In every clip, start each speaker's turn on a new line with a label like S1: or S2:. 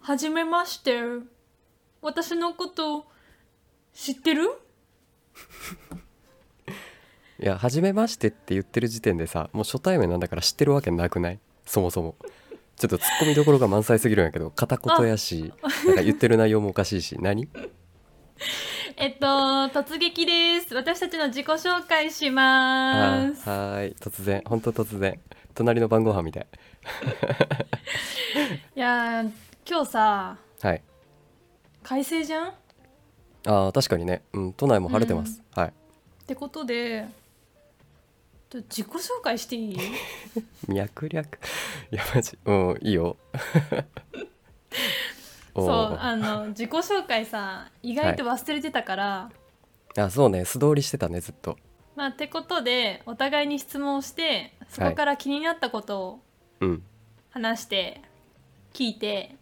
S1: はじめまして私のこと知ってる
S2: いや初めましてって言ってる時点でさもう初対面なんだから知ってるわけなくないそもそもちょっとツッコミどころが満載すぎるんやけど片言やしなんか言ってる内容もおかしいし何
S1: えっと突撃です私たちの自己紹介し
S2: あ
S1: ま
S2: ー
S1: す
S2: はーい突然ほんと突然隣の晩ご飯みたい
S1: いやー今日さ
S2: はい
S1: 快晴じゃんっ
S2: あー確かにね、うん、都内も晴れてます、はい
S1: てことでちょっと自己紹介していい
S2: 脈略 いやマジうんいいよ おー
S1: そうあの自己紹介さ意外と忘れてたから、
S2: あそうね素通りしてたねずっと
S1: まあってことでお互いに質問をしてそこから気になったことを
S2: うん
S1: 話して聞いて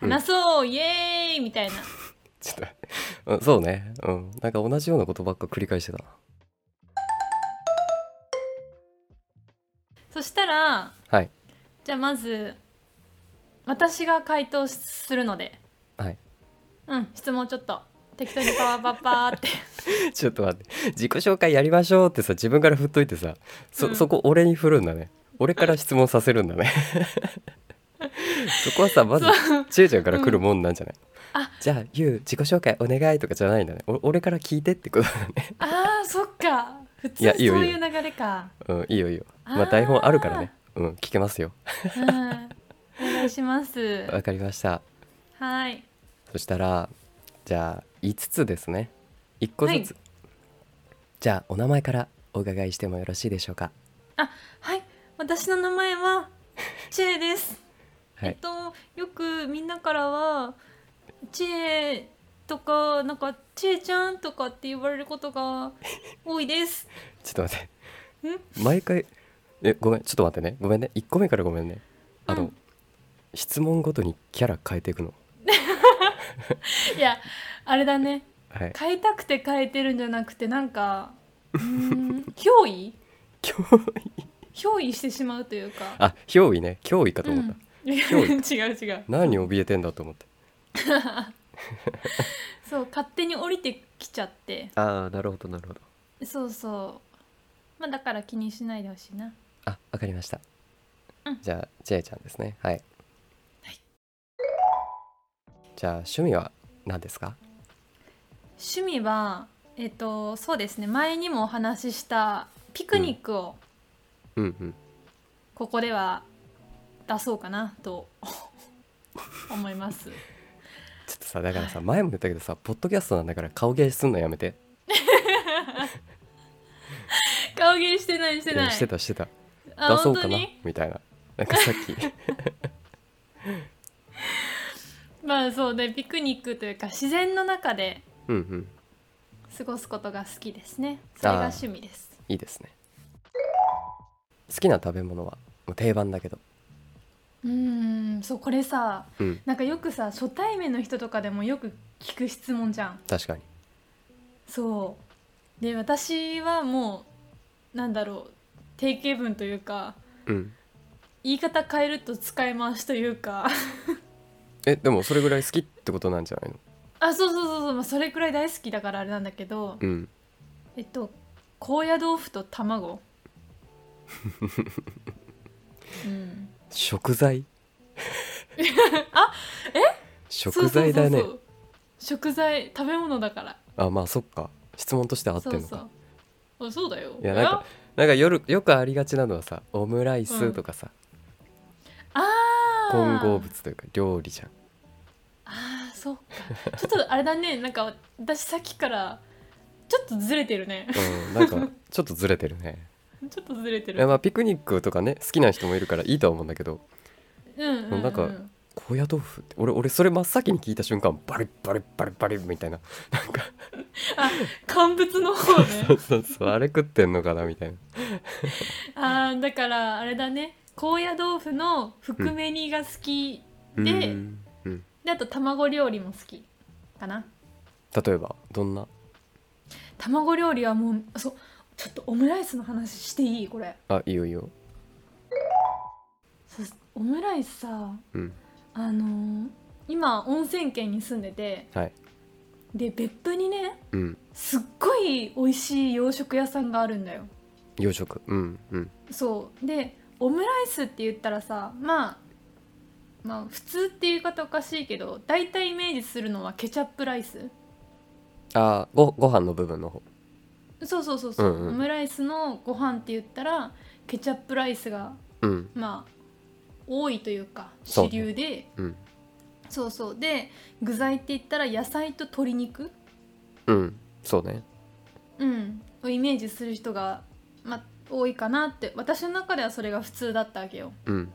S2: うん
S1: 話そう、イエーイみたいな
S2: ちょっと、うん、そうねうんなんか同じようなことばっか繰り返してたな
S1: そしたら
S2: はい
S1: じゃあまず私が回答するので
S2: はい
S1: うん質問ちょっと適当にパワーパッパーって
S2: ちょっと待って自己紹介やりましょうってさ自分から振っといてさそ,、
S1: うん
S2: そこ俺に振るんだね俺から質問させるんだねそこはさまずちえちゃんから来るもんなんじゃない、
S1: あ
S2: じゃあゆう自己紹介お願いとかじゃないんだねお俺から聞いてってことだね
S1: あーそっか普通
S2: いやいいよ
S1: そう
S2: いい
S1: い
S2: よ
S1: う流れか
S2: うんいいよいいよ
S1: あ
S2: まあ
S1: ー
S2: 台本あるからねうん聞けますよ
S1: うんお願いします
S2: わかりました
S1: はい
S2: そしたらじゃあ5つですね1個ずつ、じゃあお名前からお伺いしてもよろしいでしょうか
S1: はい私の名前はチェです
S2: は
S1: えっ
S2: い
S1: とよくみんなからは「ちえ」とか「なんかちえちゃん」とかって言われることが多いです。
S2: ちょっと待って毎回えごめんちょっと待ってねごめんね1個目からごめんねあの、
S1: うん
S2: 質問ごとにキャラ変えていくの
S1: いやあれだね
S2: はい
S1: 変えたくて変えてるんじゃなくてなん かうーん憑依
S2: 脅威
S1: 憑依してしまうというか。
S2: あ憑依ね脅威かと思った、
S1: うん、いや
S2: 憑
S1: 違う違う
S2: 何に怯えてんだと思って
S1: そう勝手に降りてきちゃって
S2: ああなるほどなるほど
S1: そうそうまあだから気にしないでほしいな
S2: あわかりました、
S1: うん
S2: じゃあちえちゃんですねはい、
S1: はい
S2: じゃあ趣味は何ですか
S1: 趣味はえっとそうですね前にもお話ししたピクニックを
S2: うんうん
S1: ここでは出そうかなと思います
S2: ちょっとさだからさ前も言ったけどさポッドキャストなんだから顔芸すんのやめて
S1: 顔芸してないして
S2: い
S1: ない
S2: やしてたしてた
S1: あ
S2: 出そう
S1: 本
S2: か
S1: 当
S2: な
S1: に
S2: みたいななんかさ っき
S1: まあそうでピクニックというか自然の中で
S2: うんうん
S1: 過ごすことが好きですねそれが趣味です
S2: いいですね好きな食べ物はもう定番だけど
S1: うーんそうこれさ
S2: うん
S1: なんかよくさ初対面の人とかでもよく聞く質問じゃん
S2: 確かに
S1: そうで私はもうなんだろう定型文というか
S2: うん
S1: 言い方変えると使い回しというか
S2: えでもそれぐらい好きってことなんじゃないの
S1: あそうそうそうそう、まあ、それくらい大好きだからあれなんだけど、
S2: うん
S1: えっと高野豆腐と卵うん
S2: 食材
S1: あ
S2: え食材だね
S1: そうそうそうそう食材食べ物だから
S2: あまあそっか質問として合っ
S1: そ
S2: てんの
S1: う
S2: か
S1: そうあそうだよ
S2: いやなんかなんか夜よくありがちなのはさオムライスとかさ、
S1: あー
S2: 混合物というか料理じゃん
S1: あーそうかちょっとあれだねなんか私さっきからちょっとずれてるね
S2: うんなんかちょっとずれてる ね
S1: ちょっとずれて
S2: いや
S1: る
S2: まあピクニックとかね好きな人もいるからいいとは思うんだけど
S1: うんうん、うん、
S2: なんか高野豆腐って俺俺それ真っ先に聞いた瞬間バリッバリッバリッバリッみたいななんか
S1: 乾物の方ね
S2: そうそうそうあれ食ってんのかなみたいな
S1: あーだからあれだね高野豆腐の含め煮が好き、で
S2: うんうん
S1: であと卵料理も好きかな
S2: 例えばどんな
S1: 卵料理はもうそうちょっとオムライスの話していいこれ
S2: あいいよいいよ
S1: そうオムライスさ
S2: うん
S1: あのー今温泉県に住んでて
S2: はい
S1: で別府にね
S2: うん
S1: すっごい美味しい洋食屋さんがあるんだよ
S2: 洋食うんうん
S1: そうでオムライスって言ったらさまあまあ普通っていう言い方おかしいけど大体イメージするのはケチャップライス
S2: あーごご飯の部分の方
S1: そうそうそうそう、
S2: うんうん
S1: オムライスのご飯って言ったらケチャップライスが
S2: うん
S1: まあ多いというか
S2: そう
S1: 主
S2: ね
S1: 流で
S2: うん
S1: そうそうで具材って言ったら野菜と鶏肉、
S2: うんそうね
S1: うん、をイメージする人が、まあ、多いかなって私の中ではそれが普通だったわけよ
S2: うん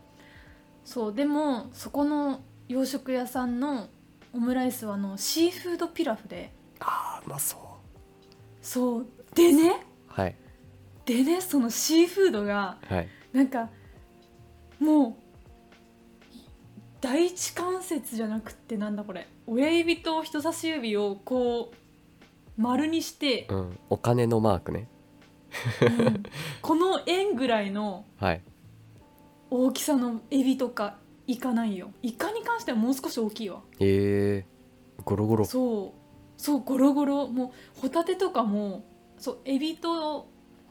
S1: そうでもそこの洋食屋さんのオムライスはあのシーフードピラフで
S2: あーうまそう
S1: そうでね
S2: はい
S1: でねそのシーフードが
S2: はい
S1: なんかもう第一関節じゃなくってなんだこれ親指と人差し指をこう丸に して、
S2: うんお金のマークね
S1: うんこの円ぐらいの
S2: はい
S1: 大きさのエビとかイカないよイカに関してはもう少し大きいわ
S2: ええゴロゴロ
S1: そうそうゴロゴロもうホタテとかもそうエビと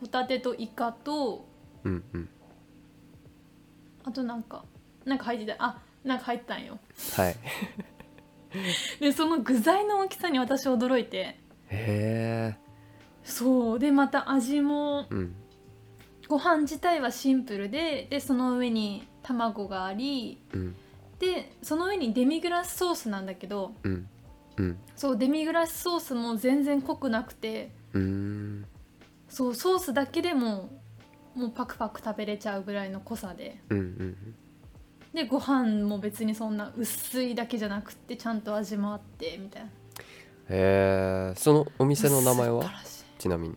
S1: ホタテとイカと
S2: うんうん
S1: あとなんかなんか入ってたあなんか入ってたんよ
S2: はい
S1: でその具材の大きさに私驚いて
S2: へえ
S1: そうでまた味も
S2: うん
S1: ご飯自体はシンプルででその上に卵があり
S2: うん
S1: でその上にデミグラスソースなんだけど
S2: うんうん
S1: そうデミグラスソースも全然濃くなくて
S2: うーん
S1: そうソースだけでももうパクパク食べれちゃうぐらいの濃さで
S2: うんうん
S1: でご飯も別にそんな薄いだけじゃなくってちゃんと味もあってみたいな
S2: へえそのお店の名前
S1: 素晴
S2: は
S1: らしい
S2: ちなみに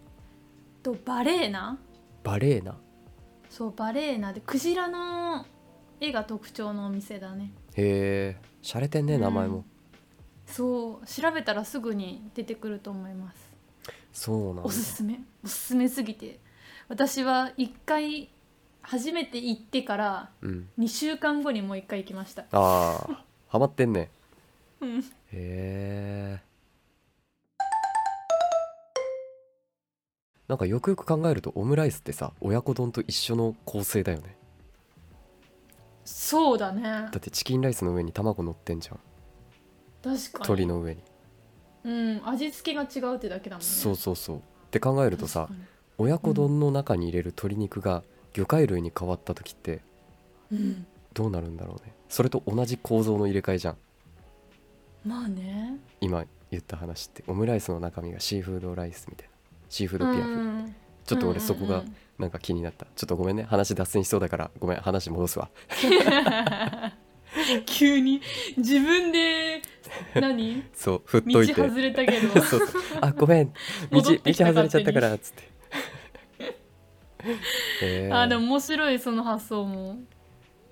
S1: とバレーナ
S2: バレーナ
S1: そうバレーナでクジラの絵が特徴のお店だね
S2: へえ洒落てんね名前も、
S1: うんそう調べたらすぐに出てくると思います
S2: そうなん
S1: お
S2: だ
S1: すすめおすすめすぎて私は1回初めて行ってから
S2: うん
S1: 2週間後にもう1回行きました
S2: ああハマってんね
S1: うん
S2: へえなんかよくよく考えるとオムライスってさ親子丼と一緒の構成だよね
S1: そうだね
S2: だってチキンライスの上に卵乗ってんじゃん
S1: 確か
S2: 鶏
S1: に
S2: の上に
S1: うん味付けが違うってだけだもんね
S2: そうそうそうって考えるとさ
S1: 確か
S2: 親子丼の中に入れる鶏肉が魚介類に変わった時って
S1: にうん
S2: どうなるんだろうねそれと同じ構造の入れ替えじゃん
S1: まあね
S2: 今言った話ってオムライスの中身がシーフードライスみたいなシーフー
S1: う
S2: ド
S1: ん
S2: ピ
S1: う
S2: アフ
S1: ん
S2: ちょっと俺そこ
S1: う
S2: が
S1: んうんうん
S2: なんか気になったちょっとごめんね話脱線しそうだからごめん話戻すわ
S1: 急に自分で 何
S2: そう振っ
S1: 道
S2: といて
S1: 外れたけど
S2: そうそうあごめん道道
S1: 戻ってきた
S2: 外れちゃっ
S1: 勝手
S2: たか
S1: に
S2: らっつって えー
S1: あでも面白いその発想も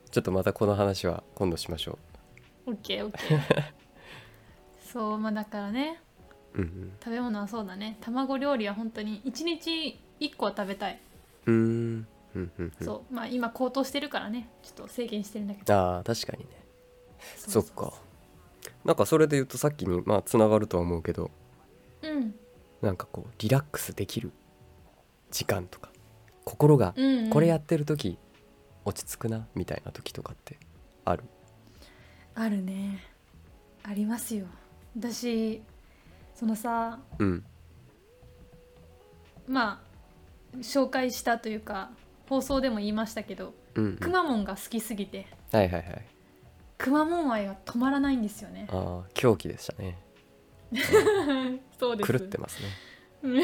S2: ちょっとまたこの話は今度しましょ
S1: OKOK そうまあだからね
S2: ううん
S1: 食べ物はそうだね卵料理は本当に1日1個は食べたい、
S2: うんうーんうんうんうん
S1: そうまあ今高騰してるからねちょっと制限してるんだけど
S2: あー確かにね
S1: そ
S2: そっかなんかそれで言うとさっきにまあつながるとは思うけど
S1: うん
S2: なんかこうリラックスできる時間とか心が
S1: うん、うん、
S2: これやってる時落ち着くなみたいな時とかってある
S1: あるねありますよ私そのさ
S2: うん
S1: まあ紹介したというか放送でも言いましたけど
S2: うんうん
S1: くまモンが好きすぎて
S2: はいはいはい
S1: くまモン愛が止まらないんですよね
S2: ああ狂気でしたね
S1: そうです
S2: 狂ってますね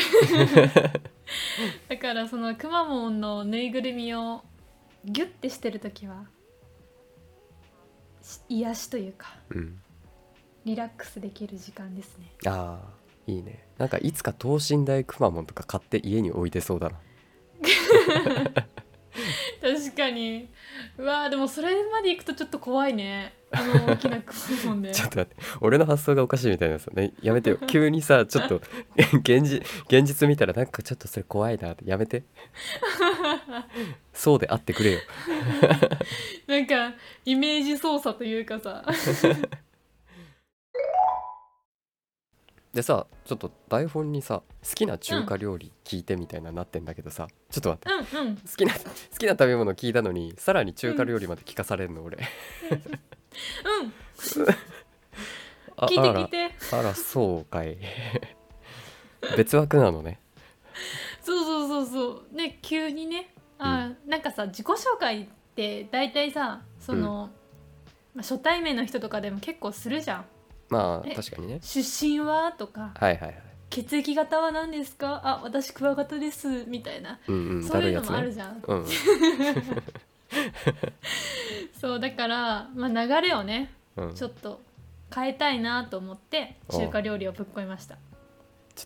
S1: だからそのくまモンのぬいぐるみをギュッてしてる時はし癒しというか
S2: うん
S1: リラックスできる時間ですね
S2: ああいいねなんかいつか等身大くまモンとか買って家に置いてそうだな
S1: 確かにうわーでもそれまで行くとちょっと怖いねあの大きなくまモンで
S2: ちょっと待って俺の発想がおかしいみたいなさ、ね、やめてよ急にさちょっと 現実現実見たらなんかちょっとそれ怖いなってや めてそうであってくれよ
S1: なんかイメージ操作というかさ
S2: でさちょっと台本にさ好きな中華料理聞いてみたいななってんだけどさ、ちょっと待って
S1: うんうん
S2: 好きな好きな食べ物聞いたのにさらに中華料理まで聞かされるの俺
S1: うん
S2: あ
S1: 聞いて聞いて
S2: あらあらそうかい 別枠なのね
S1: そうそうそうそうね急にねあ、なんかさ自己紹介って大体さその、まあ、初対面の人とかでも結構するじゃん
S2: まあ
S1: え
S2: 確かにね
S1: 出身はとか
S2: はいはいはい
S1: 血液型は何ですかあ私クワガタですみたいな、
S2: うんうん
S1: そういうの
S2: だ
S1: もあるじゃん、
S2: うん
S1: そうだから、まあ、流れをね
S2: うん、
S1: ち
S2: ち
S1: ょ
S2: ょ
S1: っと変えたいなと思って中華料理をぶっこいました
S2: っ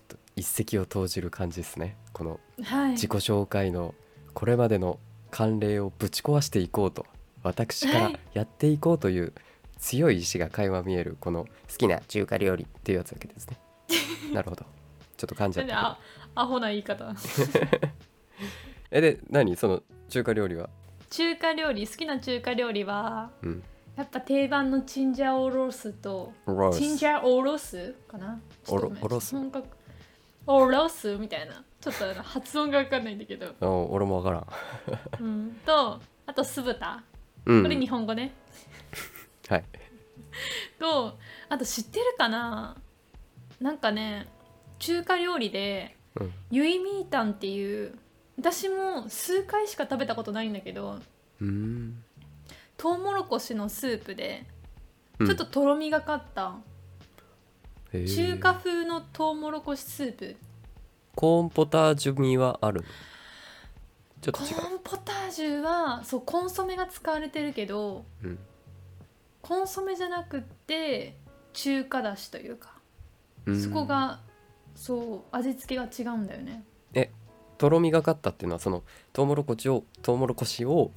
S2: と一石を投じる感じですねこの
S1: はい
S2: 自己紹介のこれまでの慣例をぶち壊していこうと私からやっていこうという強い意志が垣間見えるこの好きな中華料理っていうやつだけです ねなるほどちょっと噛んじゃ
S1: な
S2: っ
S1: んであ
S2: た
S1: アホな言い方
S2: けどえで何その中華料理は
S1: 中華料理好きな中華料理は
S2: うん
S1: やっぱ定番のチンジャオロースと
S2: ロ
S1: チンジャオロースかなちょっとごめん
S2: おろおろす
S1: 本格おろすみたいなちょっとあの発音が分かんないんだけ ど、
S2: お俺もわからん
S1: うん、とあと酢豚
S2: うん
S1: これ日本語ね、
S2: はい
S1: とあと知ってるかななんかね中華料理で
S2: うん
S1: ユイミータンっていう私も数回しか食べたことないんだけど
S2: うん
S1: トウモロコシのスープで
S2: うん
S1: ちょっととろみがかった、
S2: へー
S1: 中華風のトウモロコシスープ
S2: コーンポタージュ味はあるちょっ
S1: コ
S2: と違う
S1: ーンポタージュはそうコンソメが使われてるけど
S2: うん
S1: コンソメじゃなくって中華だしというか、
S2: うん
S1: そこがそう味付けが違うんだよね
S2: とろみがかったっていうのはそのトウモロコシをトウモロコシ を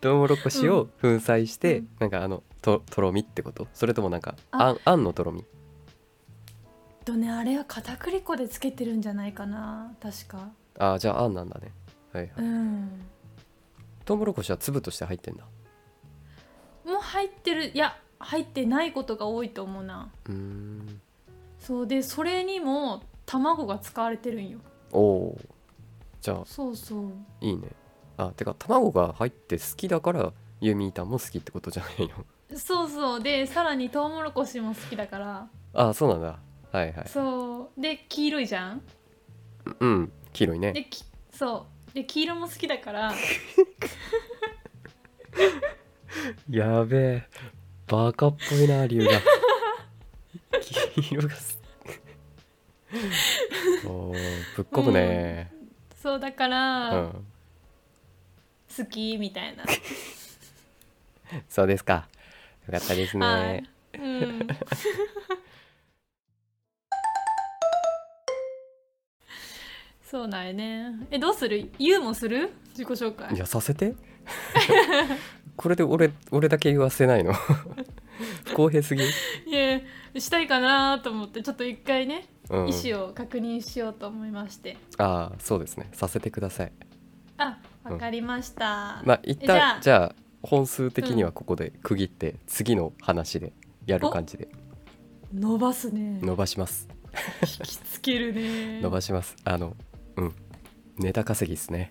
S2: トウモロコシを粉砕して、
S1: うん
S2: なんかあのととろみってことそれともなんか
S1: あ
S2: あんあんのとろみ
S1: えっとねあれは片栗粉でつけてるんじゃないかな確か
S2: あーじゃああんなんだね、はいはい、
S1: うん
S2: トウモロコシは粒として入ってんだ
S1: もう入ってるいや入ってないことが多いと思うな
S2: うーん
S1: そうでそれにも卵が使われてるんよ
S2: おおーじゃあ
S1: そうそう
S2: いいねあてか卵が入って好きだからユミータンも好きってことじゃないの
S1: そうそうでさらにトウモロコシも好きだから、
S2: あーそうなんだはいはい
S1: そうで黄色いじゃん
S2: うん黄色いね
S1: できそうで黄色も好きだ から
S2: やべえバカっぽいな理由が 黄色がすおーぶっこむね、
S1: そうだか
S2: う
S1: ら、
S2: ん
S1: 好きみたいな、
S2: そうですかよかったですね、
S1: はいうん、そうなんやねえどうする言うもする自己紹
S2: い、
S1: 介
S2: やさせてこれで俺俺だけ言わせないの不公平すぎ、
S1: いやしたいかなと思ってちょっと一回ね、
S2: うん、
S1: 意思を確認しようと思いまして
S2: ああそうですねさせてください
S1: あわかりました、
S2: まあ一
S1: えじゃ
S2: 旦
S1: あ
S2: じゃあ本数的にはここで区切って、次の話でやる感じで
S1: 伸ばすね
S2: 伸ばします
S1: 引きつけるね
S2: 伸ばしますあのうんネタ稼ぎですね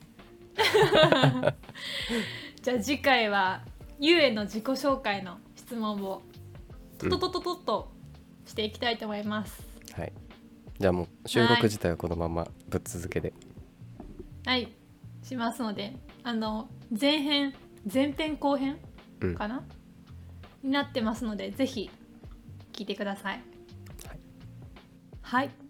S1: じゃあ次回はゆうえの自己紹介の質問をトトトトトッとしていきたいと思います、
S2: はいじゃあもう収
S1: はい
S2: 録自体はこのままぶっ続けで
S1: はいしますのであの前編前編後編
S2: うん
S1: かな、になってますのでぜひ聞いてください
S2: はい
S1: はい